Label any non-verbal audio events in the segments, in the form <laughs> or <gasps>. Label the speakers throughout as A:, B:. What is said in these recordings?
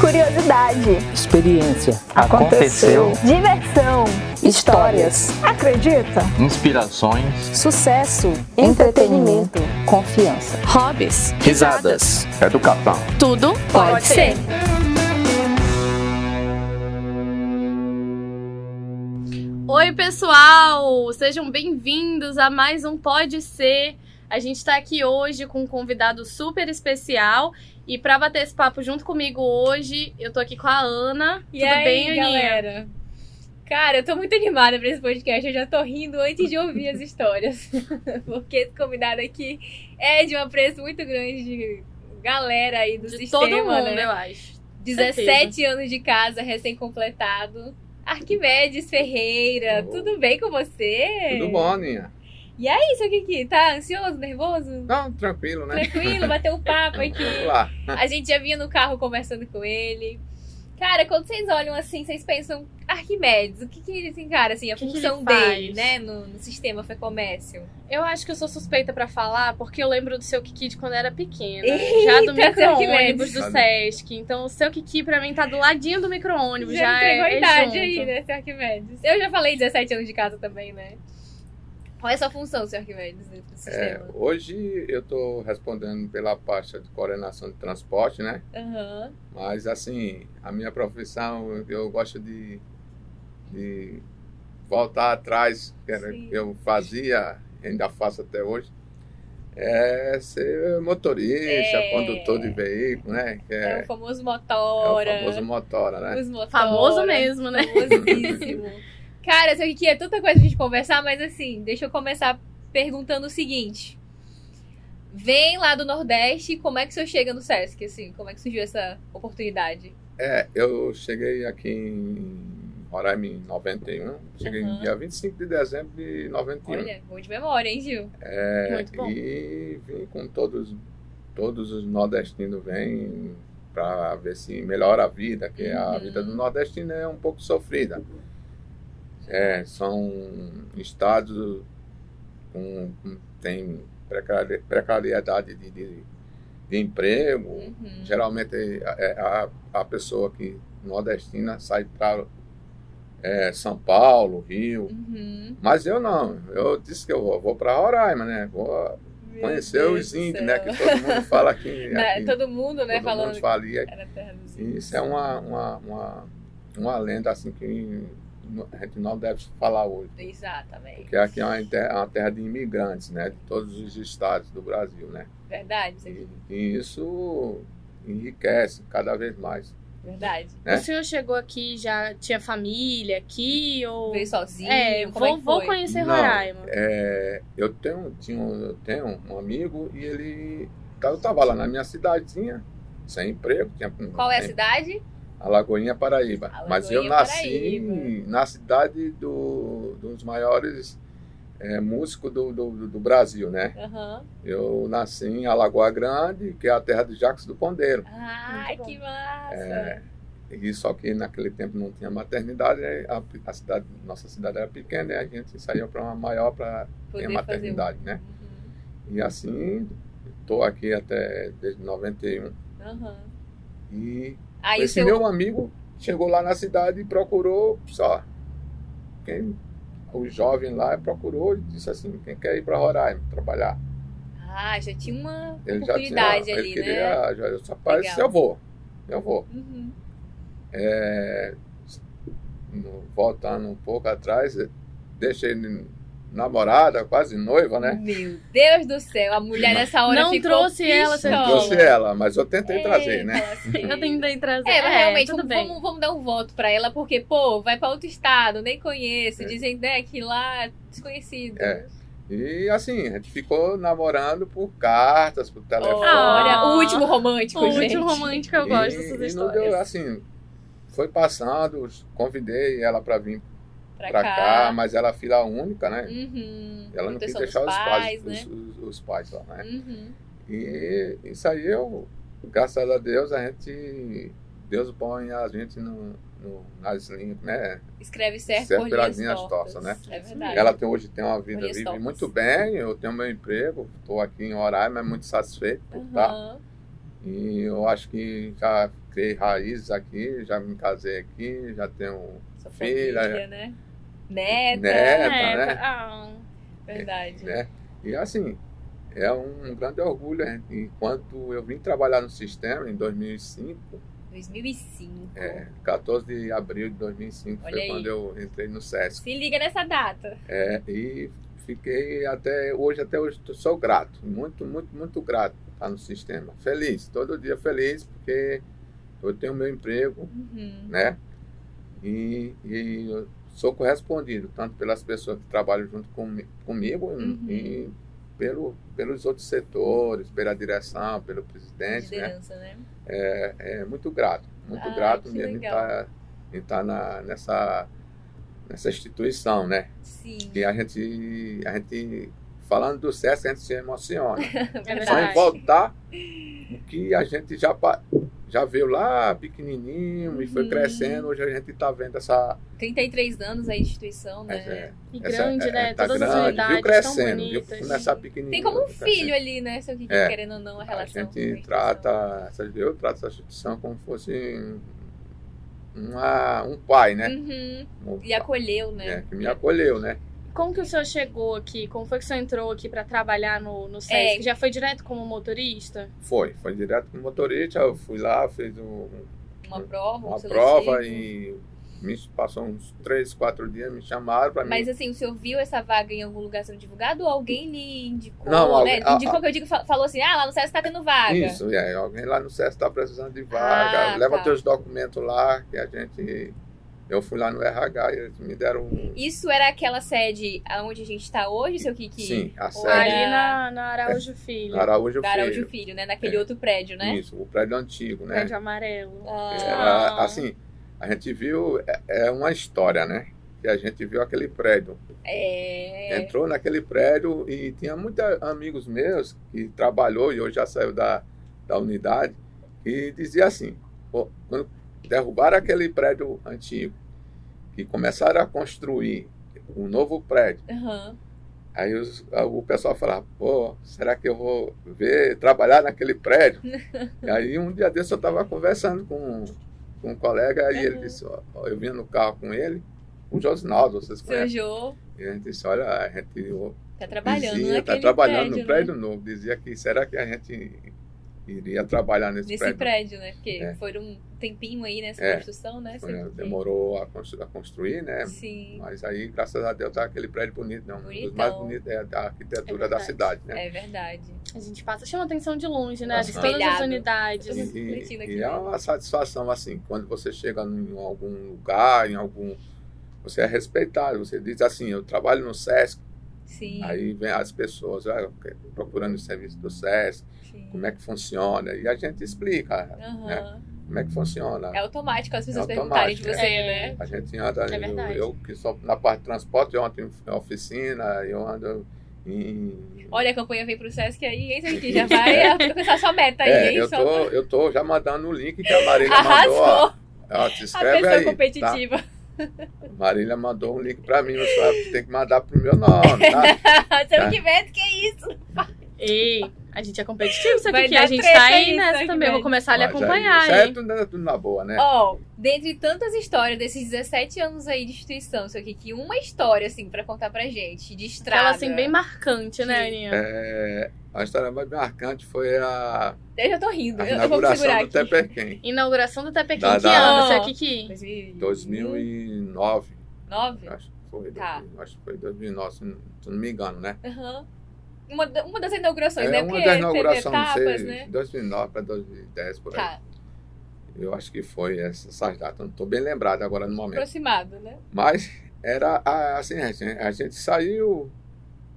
A: Curiosidade,
B: Experiência.
C: Aconteceu.
A: diversão,
B: Histórias.
A: acredita,
C: Inspirações.
B: Sucesso.
A: Entretenimento.
B: Confiança.
D: Hobbies.
C: Risadas. Educação.
D: Tudo
A: Pode ser.
D: Oi, pessoal! Sejam bem-vindos a mais um Pode Ser. A gente está aqui hoje com um convidado super especial. E para bater esse papo junto comigo hoje, eu tô aqui com a Ana.
E: E
D: Tudo
E: aí,
D: bem, Aninha?
E: galera? Cara, eu tô muito animada pra esse podcast. Eu já tô rindo antes de ouvir as histórias. <laughs> Porque esse convidado aqui é de um apreço muito grande de galera aí do
D: De
E: sistema,
D: todo mundo,
E: né?
D: eu acho.
E: 17 anos de casa, recém-completado. Arquimedes Ferreira,
F: Oh.
E: tudo bem com você?
F: Tudo bom, Aninha?
E: É isso aqui, que tá ansioso, nervoso?
F: Não, tranquilo, né?
E: Tranquilo, bateu um papo aqui.
F: Vamos lá.
E: A gente já vinha no carro conversando com ele. Cara, quando vocês olham assim, vocês pensam Arquimedes, o que, que ele tem, cara, assim, a
D: O que que
E: função
D: ele faz?
E: dele, né, no, no sistema foi comércio.
D: Eu acho que eu sou suspeita pra falar, porque eu lembro do seu Kiki de quando eu era pequena.
E: Eita,
D: já do
E: seu
D: micro-ônibus
F: Kiki.
D: do Sesc. Então o seu Kiki pra mim tá do ladinho do micro-ônibus. Já, é,
E: entregou a
D: é
E: idade
D: junto.
E: aí, né, seu Arquimedes? Eu já falei 17 anos de casa também, né? Qual é a sua função, seu Arquimedes, dentro do
F: É,
E: sistema?
F: hoje eu estou respondendo pela pasta de coordenação de transporte, né?
E: Aham.
F: Mas, assim, a minha profissão, eu gosto de, de voltar atrás, que era
E: Sim.
F: que eu fazia, ainda faço até hoje, é ser motorista,
E: É.
F: condutor de veículo, né? Que
E: É,
F: é,
E: o famoso
F: é o
E: motora.
F: famoso motora, né?
E: Os motora.
D: Famoso mesmo, né?
E: Famosíssimo. <laughs> Cara, sei que é tanta coisa pra gente conversar, mas assim, deixa eu começar perguntando o seguinte. Vem lá do Nordeste, como é que o senhor chega no Sesc, assim? Como é que surgiu essa oportunidade?
F: É, eu cheguei aqui em Roraima em 91, cheguei
E: Aham.
F: no dia 25 de dezembro de 91.
E: Olha, bom de memória, hein, Gil?
F: É,
D: muito bom.
F: E vim com todos, todos os nordestinos vêm para ver se melhora a vida, que a
E: Uhum.
F: vida do nordestino é um pouco sofrida. É, são estados com, com- tem precari- precariedade de, de, de emprego,
E: Uhum.
F: Geralmente é, a, a pessoa que nordestina sai para São Paulo, Rio.
E: Uhum.
F: Mas eu não. Eu disse que eu vou, vou para Roraima, né? Vou
E: Meu
F: conhecer
E: Deus
F: os
E: do
F: índios,
E: céu.
F: né? Que todo mundo
E: <laughs>
F: fala aqui.
E: Na-
F: aqui,
E: todo mundo, né,
F: todo
E: falando
F: mundo fala. E
E: que era terra dos índios.
F: isso é uma, uma, uma, uma lenda assim que no- a gente não deve falar hoje.
E: Exatamente.
F: Porque aqui é uma, inter- uma terra de imigrantes, né? De todos os estados do Brasil, né?
E: Verdade, seu
F: E,
E: Gil?
F: e isso enriquece cada vez mais.
E: Verdade.
F: né?
D: O senhor chegou aqui, já tinha família aqui ou...
E: Veio sozinho,
D: É,
E: como
D: vou,
E: é que
D: vou
E: foi?
D: conhecer
F: Não,
D: Roraima.
F: É, eu tenho, tinha um, eu tenho um amigo e ele tá- eu tava lá na minha cidadezinha, sem emprego, tinha um,
E: Qual é a
F: sem-
E: cidade?
F: Alagoinha Paraíba.
E: Alagoinha,
F: Mas eu nasci
E: Paraíba.
F: na cidade do, dos maiores é, músicos do, do, do Brasil, né?
E: Aham.
F: Eu nasci em Alagoa Grande, que é a terra de Jacques do Pandeiro.
E: Ai,
D: Muito bom.
E: que massa!
F: É, e só que naquele tempo não tinha maternidade, aí a, a cidade, nossa cidade era pequena e a gente saiu para uma maior para ter
E: Poder
F: maternidade, né?
E: fazer um- Uhum.
F: E assim, estou aqui até desde 91.
E: Aham.
F: E
E: Aí o
F: esse
E: seu.
F: meu amigo chegou lá na cidade e procurou só. Quem, o jovem lá procurou e disse assim: quem quer ir para Roraima trabalhar?
E: Ah, já tinha uma
F: Ele já tinha.
E: oportunidade
F: ele
E: ali, né?
F: queria. "Ah, Já, eu disse, rapaz,
E: Legal.
F: eu vou. Eu vou.
E: Uhum.
F: É, no- voltando um pouco atrás, eu deixei n- namorada, quase noiva, né?
E: Meu Deus do céu, a mulher
F: Sim, mas-
E: nessa hora
D: Não
E: ficou
D: trouxe ela, você
E: pistola.
F: Não trouxe ela, mas eu tentei
E: É,
F: trazer, né?
E: fala assim.
D: Eu tentei trazer.
E: É, mas realmente,
D: tudo
E: vamos,
D: bem.
E: vamos- vamos dar um voto pra ela, porque, pô, vai pra outro estado, nem conheço,
F: É.
E: dizem né, que lá é desconhecido.
F: É. E assim, a gente ficou namorando por cartas, por telefone.
E: Olha,
D: Ah.
E: o último romântico,
D: O
E: gente.
D: último romântico eu
F: E-
D: gosto dessas
F: e não deu,
D: histórias.
F: assim, foi passando, convidei ela para vir
E: pra,
F: para cá, mas ela é filha única, né?
E: Uhum.
F: Ela não quis
E: Proteção
F: deixar os
E: dos
F: pais,
E: pais,
F: os,
E: né?
F: os- os pais lá, né?
E: Uhum.
F: E isso aí eu, graças a Deus, a gente, Deus põe a gente no, no, nas linhas, né?
E: Escreve certo
F: Certo
E: por
F: pelas
E: linhas,
F: linhas
E: tortas.
F: tortas, né?
E: É verdade.
F: Ela tem, hoje tem uma vida,
E: Conheço
F: vive
E: todas.
F: muito bem, eu tenho meu emprego, estou aqui em Roraima, é muito satisfeito por estar.
E: Aham.
F: E eu acho que já criei raízes aqui, já me casei aqui, já tenho
E: Sua
F: Filha,
E: família, né? Neta. É
F: Neta.
D: É,
F: né?
D: ah,
E: Verdade.
F: né? E assim, é um grande orgulho. né? Enquanto eu vim trabalhar no sistema em 2005,
E: 2005.
F: é, 14 de abril de 2005
E: Olha
F: foi
E: aí.
F: quando eu entrei no SESC.
E: Se liga nessa data.
F: É, e fiquei até hoje, até hoje tô- sou grato, muito, muito, muito grato por estar no sistema. Feliz, todo dia feliz, porque eu tenho meu emprego,
E: Uhum.
F: né? E, e eu sou correspondido, tanto pelas pessoas que trabalham junto comi- comigo e-
E: Uhum.
F: e pelo, pelos outros setores, pela direção, pelo presidente, né?
E: Liderança, né?
F: É, é muito grato, muito
E: Ah,
F: grato
E: que
F: mesmo em
E: legal.
F: estar em estar na, nessa, nessa instituição, né?
E: Sim. <laughs>
F: Que a gente, a gente, falando do SESC, a gente
E: <laughs>
F: se emociona.
D: é
F: Só em
D: verdade.
F: voltar o que a gente já, pa- já veio lá pequenininho e foi
E: Uhum.
F: crescendo. Hoje a gente está vendo essa.
E: 33 anos a instituição, né?
F: essa,
D: E
F: essa-
D: grande,
F: é,
D: né?
F: tá
D: Todas as
F: grande,
D: unidades
F: viu
D: tão
F: crescendo, viu é
D: bonitas.
F: nessa
E: Tem
F: pequenininha.
E: como um
F: viu
E: filho
F: tá crescendo.
E: ali, né? Se alguém
F: É.
E: querendo ou não a
F: A
E: relação. com
F: gente
E: instituição.
F: trata, essa- eu trato essa instituição como fosse uma, um pai, né?
E: Uhum.
F: Um
E: E acolheu, né?
F: é, que me acolheu, né?
D: Como que o senhor chegou aqui? Como foi que o senhor entrou aqui pra trabalhar no, no SESC?
E: É.
D: Já foi direto como motorista?
F: Foi, foi direto com o motorista. Eu fui lá, fiz um,
E: Uma prova, um
F: uma
E: seletivo.
F: prova e me passou uns três, quatro dias, me chamaram para mim
E: Mas assim, o senhor viu essa vaga em algum lugar sendo divulgado ou alguém lhe indicou,
F: Não,
E: né?
F: alguém- a-
E: indicou que eu digo, fa- falou assim, ah, lá no César tá tendo vaga.
F: Isso, é. Alguém lá no SESC está precisando de vaga.
E: Ah,
F: Leva
E: tá.
F: teus documentos lá, que a gente. Eu fui lá no RH e eles me deram um.
E: Isso era aquela sede onde a gente tá hoje, seu Kiki?
F: Sim, a
E: Olha.
F: sede
D: Ali na, na Araújo Filho.
F: na Araújo
E: Da Araújo
F: Filho.
E: Filho, né? Naquele outro prédio, né?
F: É. Isso, o prédio antigo, né?
D: Prédio amarelo.
E: Ah,
F: Era,
D: Ah.
F: assim, a gente viu. É, é uma história, né? Que a gente viu aquele prédio.
E: é.
F: Entrou naquele prédio e tinha muitos amigos meus que trabalhou e hoje já saiu da, da unidade. E dizia assim, pô, quando derrubaram aquele prédio antigo e começaram a construir um novo prédio,
E: Aham.
F: aí os- o pessoal falava, pô, será que eu vou ver, trabalhar
E: <laughs>
F: naquele prédio? e aí um dia desse eu estava conversando com, com um colega e
E: Uhum.
F: ele disse, ó, ó, eu vinha no carro com ele, o Josinaldo, vocês
E: Seu
F: conhecem?
E: Jô
F: E a gente disse, olha, a gente
E: tá trabalhando
F: dizia,
E: naquele
F: tá trabalhando
E: prédio, né?
F: no prédio novo. Dizia que será que a gente iria trabalhar
E: né?
F: nesse,
E: Nesse prédio, né? Porque
F: É.
E: foi um tempinho aí nessa
F: É.
E: construção, né?
F: Foi,
E: seu Kiki?
F: Demorou a, constru- a construir, né?
E: Sim,
F: Mas aí, graças a Deus, tá aquele prédio bonito, né? Um dos
E: Bonitão.
F: mais bonitos é, da arquitetura
D: É
F: da
D: verdade.
F: cidade, né?
E: é verdade.
D: A gente passa, chama atenção de longe, né? De
F: Aham.
D: todas as
E: Espelhado.
F: E,
D: unidades.
F: e-
E: refletindo aqui
F: e é
E: mesmo.
F: uma satisfação, assim, quando você chega em algum lugar, em algum... Você é respeitado, você diz assim, eu trabalho no SESC,
E: Sim.
F: aí vem as pessoas ah, procurando o serviço do SESC,
E: sim.
F: como é que funciona, e a gente explica
E: Aham.
F: como é que funciona.
E: É automático as pessoas
F: É
E: perguntarem de
F: automático,
E: você,
D: é.
E: né?
F: A gente anda,
D: É
F: eu,
D: verdade.
F: eu que sou na parte de transporte, eu ando em oficina, eu ando em.
E: Olha, a campanha vem pro Sesc aí, hein, Sérgio? Já vai alcançar sua meta aí,
F: é,
E: hein?
F: eu,
E: Só-
F: tô, eu tô já mandando o link
E: <laughs>
F: que a Marília mandou. Ó,
E: Arrasou
F: ó, se
E: a
F: inscreve
E: pessoa
F: aí.
E: competitiva.
F: Tá? Marília mandou um link pra mim, mas só tem que mandar pro meu nome,
E: <laughs>
F: tá?
E: Você não
F: Tá.
E: que vê, que é isso?
D: Ei, a gente é competitivo, sabe
E: Vai
D: que a
E: dar
D: gente
E: treta
D: tá aí
E: aí,
D: nessa
E: Sérgio
D: também. Eu
E: Mendes.
D: Vou começar a lhe
F: Mas aí,
D: acompanhar,
F: Isso aí é
D: hein?
F: tudo, tudo na boa, né?
E: Ó, dentre tantas histórias desses 17 anos aí de instituição, seu Kiki, uma história, assim, pra contar pra gente, de estrada.
D: Ela assim, bem marcante, né,
E: Sim.
D: Aninha?
F: É, a história mais marcante foi a,
E: Eu já tô rindo,
F: a
E: eu, eu vou me segurar
F: inauguração do
E: aqui.
F: Teperquém,
D: Inauguração do Tepequim,
F: Da-
D: que
F: da-
D: ano, seu
E: Ó.
D: Kiki?
E: 2009?
F: 2009. Acho que foi,
E: Tá.
F: 2000, acho que foi 2009, se não, se não me engano, né?
E: Aham. Uma, da- uma das inaugurações, né?
F: É uma
E: Porque
F: das
E: teve
F: inaugurações, não
E: etapas,
F: sei, É.
E: né?
F: 2009 para 2010, por aí.
E: Tá,
F: Eu acho que foi essa- essas datas, não estou bem lembrado agora no momento.
E: aproximado, né?
F: Mas era a- assim, a gente, a gente saiu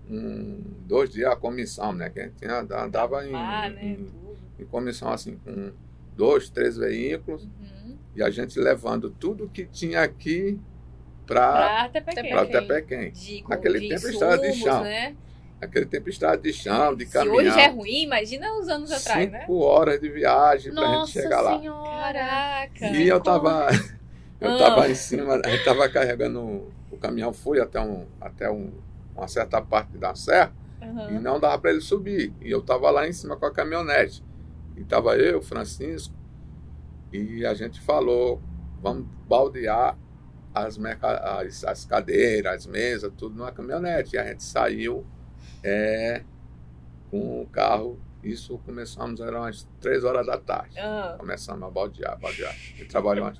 F: um, dois dias a comissão, né? Que a gente tinha, andava em,
E: Ah, né?
F: em-
E: Tudo.
F: em comissão, assim, com dois, três veículos,
E: Uhum.
F: e a gente levando tudo que tinha aqui para
E: Pra até pequeno.
F: o Tepequém.
E: De,
F: Naquele
E: de
F: tempo, estrada de
E: insumos,
F: chão.
E: né?
F: Naquele tempo estrada de chão, de
E: Se hoje
F: caminhão.
E: já é ruim, imagina uns anos atrás, né?
F: Cinco horas de viagem para a gente
D: Nossa
F: chegar lá.
D: senhora!
E: Caraca!
F: E eu tava, <laughs> Eu
E: Ah.
F: estava em cima, eu estava carregando, o caminhão foi até, um, até um, uma certa parte da serra e
E: Aham.
F: não dava para ele subir. E eu estava lá em cima com a caminhonete. E estava eu, Francisco, e a gente falou, vamos baldear as, merca- as, as cadeiras, as mesas, tudo numa caminhonete. E a gente saiu é, com o carro. Isso começamos, eram umas três horas da tarde.
E: Ah,
F: Começamos a baldear, baldear. E trabalhamos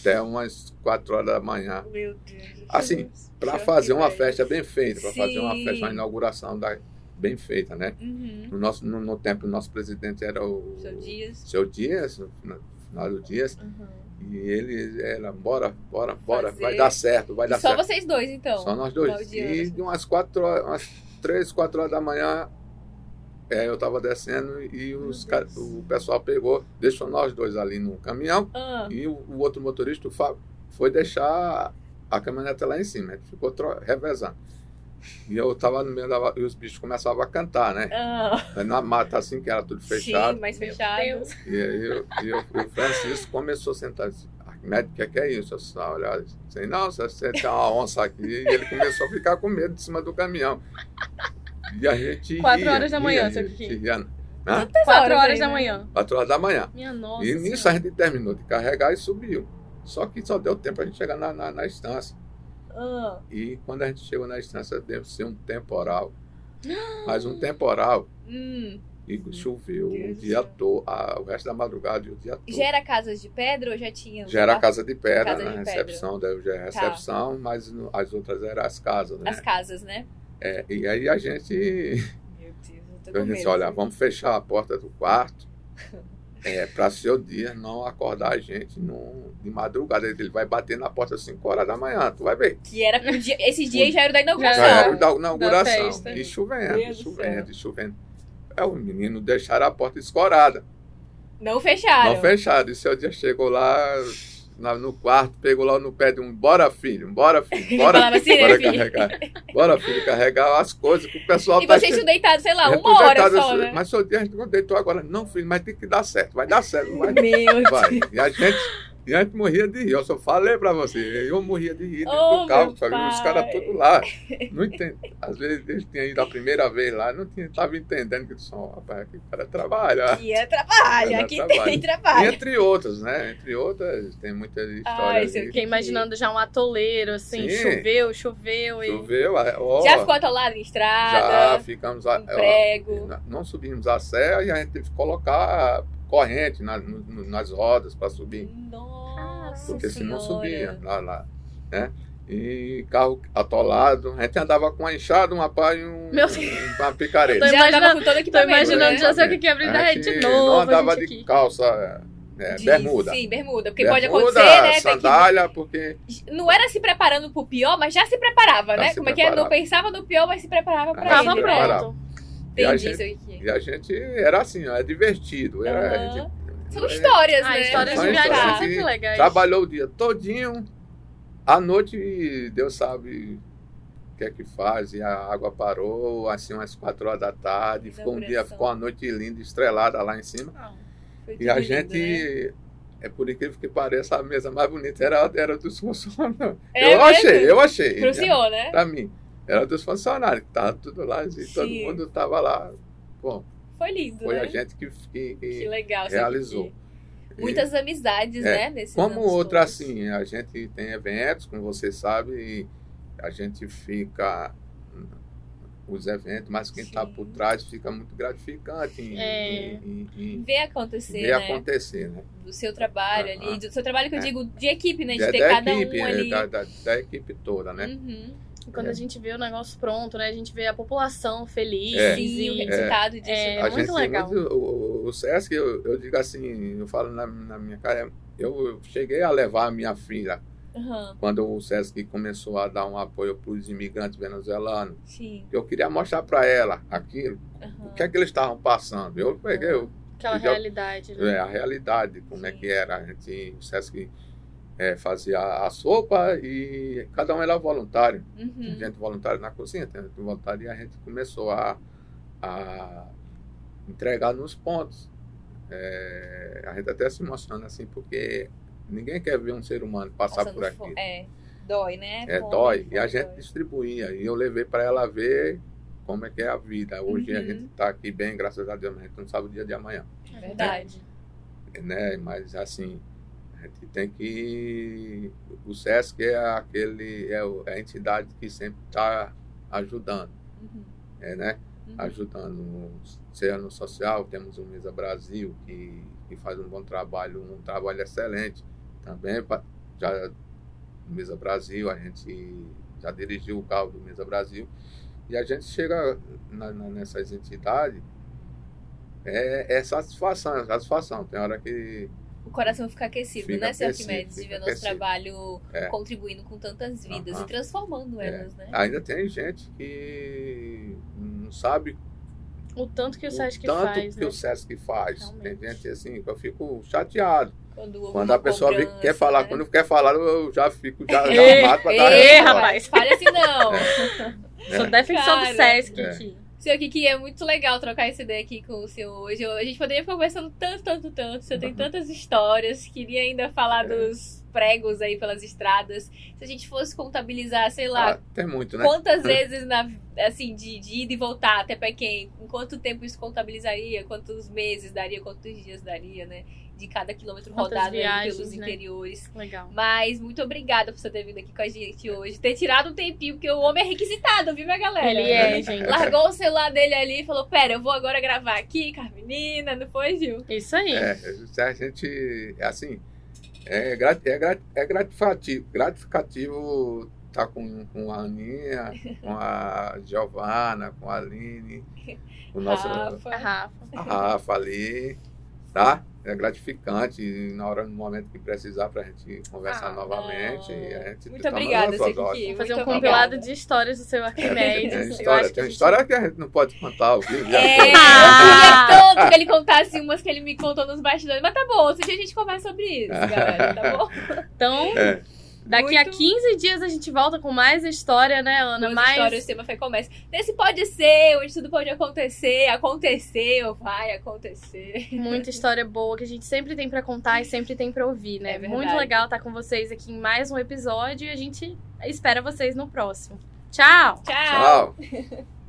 F: até umas 4 horas da manhã.
E: Meu Deus. do
F: Assim,
E: céu.
F: Para
E: Que
F: fazer uma
E: horrível.
F: festa bem feita, para fazer uma
E: Sim.
F: festa, uma inauguração da, bem feita, né?
E: Uhum.
F: No, nosso, no, no tempo, o nosso presidente era o
E: Seu Dias.
F: Seu Dias, no final- final do Dias,
E: Uhum.
F: e ele era, bora, bora, bora, vai
E: Fazer.
F: dar certo, vai
E: E
F: dar
E: só
F: certo.
E: vocês dois, então.
F: Só nós dois.
E: Baldeando.
F: E de umas quatro horas, umas três, quatro horas da manhã, é, eu estava descendo e os ca- o pessoal pegou, deixou nós dois ali no caminhão
E: Ah,
F: e o, o outro motorista, o Fábio, foi deixar a caminhoneta lá em cima. A gente ficou tro- revezando. E eu estava no meio da. va- E os bichos começavam a cantar, né?
E: ah.
F: Na mata, assim, que era tudo fechado.
E: Sim, mas
D: Meu
E: fechado.
D: Deus.
F: E aí eu, e eu, e o Francisco começou a sentar. disse, Arquimedes, o que é, que é isso? Eu disse, "Ah, olha, sei, não, você- você tem uma onça aqui. E ele começou a ficar com medo de cima do caminhão. E a gente.
D: Quatro
F: ria,
D: horas da
F: ria,
D: manhã,
F: ria,
D: seu Kiki.
F: ria, né?
D: Quatro horas
E: aí,
D: da
E: né?
D: manhã.
F: Quatro horas da manhã.
D: Minha nossa.
F: E nisso a
D: senhora.
F: gente terminou de carregar e subiu. Só que só deu tempo a gente chegar na, na, na estância.
E: Ah.
F: E quando a gente chegou na estância, deu ser
E: <gasps>
F: um temporal. Mas um temporal.
E: Hum.
F: E choveu o
E: Deus do
F: dia
E: céu.
F: todo, a- o resto da madrugada e o dia todo.
E: Já era casas de pedra ou já tinha?
F: Já era a casa de pedra,
E: Casa
F: na
E: de pedra.
F: recepção, daí já era
E: Tá.
F: recepção, mas no- as outras eram as casas, né?
E: As casas, né?
F: É, e aí a gente
E: Meu Deus, eu tô
F: Eu
E: com
F: disse,
E: medo.
F: olha, vamos fechar a porta do quarto é, para seu dia não acordar a gente num- de madrugada. Ele vai bater na porta às 5 horas da manhã, tu vai ver.
E: Que era pro dia...
F: <laughs>
E: Esse dia já era o da inauguração.
F: Já era o
D: Não,
F: da
D: da
F: inauguração.
D: festa.
F: E chovendo,
E: Meu Deus do
F: chovendo, e chovendo. É, o menino deixaram a porta escorada.
E: Não fecharam.
F: Não fecharam. E seu dia chegou lá na- no quarto, pegou lá no pé de um bora filho, bora filho,
E: <laughs>
F: bora,
E: Falava assim, né,
F: bora
E: filho?
F: carregar. Bora filho, carregar as coisas que o pessoal
E: E
F: tá
E: vocês tinham deitado, sei lá,
F: Eu tô
E: uma hora
F: deitado, assim,
E: só,
F: eu-
E: né?
F: Mas seu dia a gente não deitou agora. Não, filho, mas tem que dar certo. Vai dar certo, não
E: <laughs>
F: vai.
E: Meu
F: vai. E a gente, e a gente morria de rir. Eu só falei pra você. Eu morria de rir dentro
E: Oh,
F: do carro,
E: meu
F: sabe? Os
E: pai.
F: caras todos lá. Não entende. Às vezes eles tinham ido a primeira vez lá, não tinha, tava entendendo que são, rapaz, aqui o cara trabalha. <laughs>
E: Aqui é trabalho,
F: Era
E: aqui tem
F: trabalho. E
E: trabalho.
F: entre outras, né? Entre outras, tem muitas histórias.
E: seu
F: aí.
D: Fiquei imaginando já um atoleiro, assim,
F: Sim.
D: choveu, choveu e.
F: Choveu, a- ó,
E: Já ficou atolado em
F: já
E: estrada,
F: ficamos a-
E: em
F: ó,
E: prego.
F: Na- Não subimos a serra e a gente teve que colocar corrente na- no- no- nas rodas para subir,
E: Nossa
F: porque senão subia
E: Senhora.
F: lá, lá, né? E carro atolado, a gente andava com uma enxada, uma pá e um,
D: Meu
F: uma picareta.
D: Tô
E: Já andava
D: imaginando-
E: com todo o
D: Tô
E: equipamento,
D: imaginando
E: né?
D: já sei o que que abriu
F: A
D: da
F: gente
D: de
F: não
D: novo.
F: andava
D: a gente
F: de
D: aqui.
F: calça é,
E: De-
F: bermuda.
E: Sim, bermuda. Porque
F: bermuda,
E: pode acontecer, né? Tem
F: sandália, porque
E: que... Não era se preparando pro pior, mas já se preparava,
F: Já
E: né?
F: se
E: Como é que é? Não
F: preparava.
E: pensava no pior, mas se preparava pra
F: Tava
E: ele,
F: pronto.
E: né?
F: preparava. E a
E: Entendi,
F: gente-
E: seu Kiki.
F: e a gente era assim, ó, é divertido. Era, a gente
E: São histórias,
D: Ah,
E: né?
D: histórias
F: Só
D: de viagem são
F: histórias
E: Tá.
F: que
D: sempre legais.
F: Trabalhou o dia todinho, à noite Deus sabe o que é que faz, e a água parou, assim, umas quatro horas da tarde, ficou um dia,
E: Inauguração.
F: ficou uma noite linda, estrelada lá em cima.
E: Foi
F: E a
E: tudo lindo,
F: gente,
E: né?
F: é por incrível que pareça, a mesa mais bonita era, era dos funcionários.
E: É
F: eu achei,
E: mesmo?
F: eu achei.
E: Pro senhor, né?
F: Pra mim, era dos funcionários, que tava tudo lá, e todo
E: Sim.
F: mundo tava lá. Bom,
E: Foi lindo,
F: foi
E: né?
F: a gente que, que, que-
E: Que legal. seu
F: realizou. É,
E: Kiki. Muitas amizades, né? Nesses
F: Como
E: anos
F: outra,
E: todos.
F: assim, a gente tem eventos, como você sabe, e a gente fica hum, os eventos, mas quem está
E: Sim.
F: por trás fica muito gratificante em,
D: É.
F: em- em- em
E: Ver acontecer,
F: ver
E: né?
F: acontecer, né?
E: Do seu trabalho ali.
F: Aham.
E: Do seu trabalho que eu
F: É.
E: digo de equipe, né? De
F: Da-
E: ter
F: da
E: cada
F: equipe,
E: um
F: é,
E: ali.
F: da, da- da equipe toda, né?
E: Uhum.
D: E Quando
F: É.
D: a gente vê o negócio pronto, né? A gente vê a população feliz
F: É.
E: Sim, o
D: e
E: resultado disso.
D: É,
F: a
D: muito
F: gente tem
D: legal.
F: muito- o, o- o Sesc, eu, eu digo assim, eu falo na, na minha cara, eu cheguei a levar a minha filha
E: Aham,
F: quando o Sesc começou a dar um apoio para os imigrantes venezuelanos.
E: Sim.
F: Eu queria mostrar para ela aquilo.
E: aham.
F: o que é que eles estavam passando. Eu peguei o-
D: aquela
F: Eu já-
D: realidade. né?
F: é, a realidade, como é
E: Sim.
F: que era. A gente, o Sesc é, fazia a sopa e cada um era voluntário. Tem
E: Uhum.
F: gente voluntária na cozinha, tem gente voluntária e a gente começou a, a entregar nos pontos. É, a gente até se emociona assim, porque Ninguém quer ver um ser humano passar
E: Passando
F: por aqui.
E: fo- É, dói, né?
F: É,
E: Fome,
F: dói.
E: fome,
F: E a gente
E: dói.
F: distribuía. E eu levei para ela ver como é que é a vida. Hoje a
E: Uhum.
F: gente está aqui bem, graças a Deus, mas a gente não sabe o dia de amanhã.
E: É Verdade.
F: Né? Mas assim, a gente tem que. O SESC é aquele. É o- é a entidade que sempre está ajudando.
E: Uhum.
F: É, né?
E: Uhum.
F: ajudando no Oceano Social, temos o Mesa Brasil, que, que faz um bom trabalho, um trabalho excelente. Também pa- já no Mesa Brasil, a gente já dirigiu o carro do Mesa Brasil. E a gente chega na- na- nessas entidades, é, é satisfação, é satisfação. Tem hora que
E: O coração fica aquecido,
F: Fica
E: né, seu
F: aquecido,
E: Arquimedes? De
F: fica
E: ver nosso
F: aquecido.
E: trabalho
F: É.
E: contribuindo com tantas vidas
F: Aham.
E: e transformando
F: É.
E: elas, né?
F: ainda tem gente que não sabe
D: O tanto que o Sesc
F: tanto
D: faz,
F: que
D: né?
F: o SESC faz. Tem
D: Realmente.
F: gente assim que eu fico chateado.
E: Quando, houve
F: Quando
E: uma
F: a pessoa vê que
E: cobrança,
F: quer falar,
E: né?
F: quando quer falar, eu já fico,
D: <laughs>
F: já,
D: Ei,
F: já mato pra dar
D: ei,
E: Ei,
F: resposta.
D: É, rapaz.
E: rapaz, fale assim não.
D: Sou defensor do
E: Cara.
D: Sesc
F: É.
D: que
E: Senhor Kiki, é muito legal trocar essa ideia aqui com o senhor hoje. Eu- A gente poderia ficar conversando tanto, tanto, tanto. O senhor tem
F: Uhum.
E: tantas histórias. Queria ainda falar
F: É.
E: dos pregos aí pelas estradas. Se a gente fosse contabilizar, sei lá,
F: Ah, tem muito, né?
E: Quantas vezes, na, assim, de, de ida e voltar até Pequim, em quanto tempo isso contabilizaria? Quantos meses daria? Quantos dias daria, né? De cada quilômetro
D: Quantas
E: rodado aí
D: viagens,
E: pelos
D: né?
E: interiores.
D: legal.
E: Mas muito obrigada por você ter vindo aqui com a gente hoje. Ter tirado um tempinho, porque o homem é requisitado, viu, minha galera?
D: Ele é, gente.
E: <laughs> Largou o celular dele ali e falou: Pera, eu vou agora gravar aqui com a menina, não foi, Gil?
D: Isso aí.
F: É, isso a gente, é assim, é, grat, é, grat, é gratificativo, gratificativo estar com, com a Aninha, com a Giovana, com a Aline, com o nosso
E: Ah,
D: A Rafa.
F: a Ah, Rafa ali, tá? É gratificante e na hora, no momento que precisar pra gente conversar
D: Ah,
F: novamente. e a gente
E: Muito
F: tá
E: obrigada,
F: mandando as suas
E: seu Kiki.
F: ordens.
D: Vou fazer
E: Muito
D: um
E: obrigada.
D: compilado de histórias do seu
F: Tem,
D: Arquimedes. assim, Eu
F: É, história,
D: acho que
F: tem
D: a gente-
F: história que a gente não pode contar ao vivo.
E: É,
F: né? já. <laughs>
E: eu queria tanto que ele contasse umas que ele me contou nos bastidores. Mas tá bom, outro dia a gente conversa sobre isso, galera, tá bom?
D: Então,
F: É.
D: daqui a
E: Muito-
D: 15 dias a gente volta com mais história, né, Ana?
E: Mas...
D: mais
E: História, o tema foi comércio. Nesse pode ser, onde tudo pode acontecer, aconteceu, vai acontecer.
D: muita história boa que a gente sempre tem pra contar e sempre tem pra ouvir, né?
E: É verdade.
D: Muito legal estar com vocês aqui em mais um episódio e a gente espera vocês no próximo. Tchau!
E: Tchau.
F: Tchau.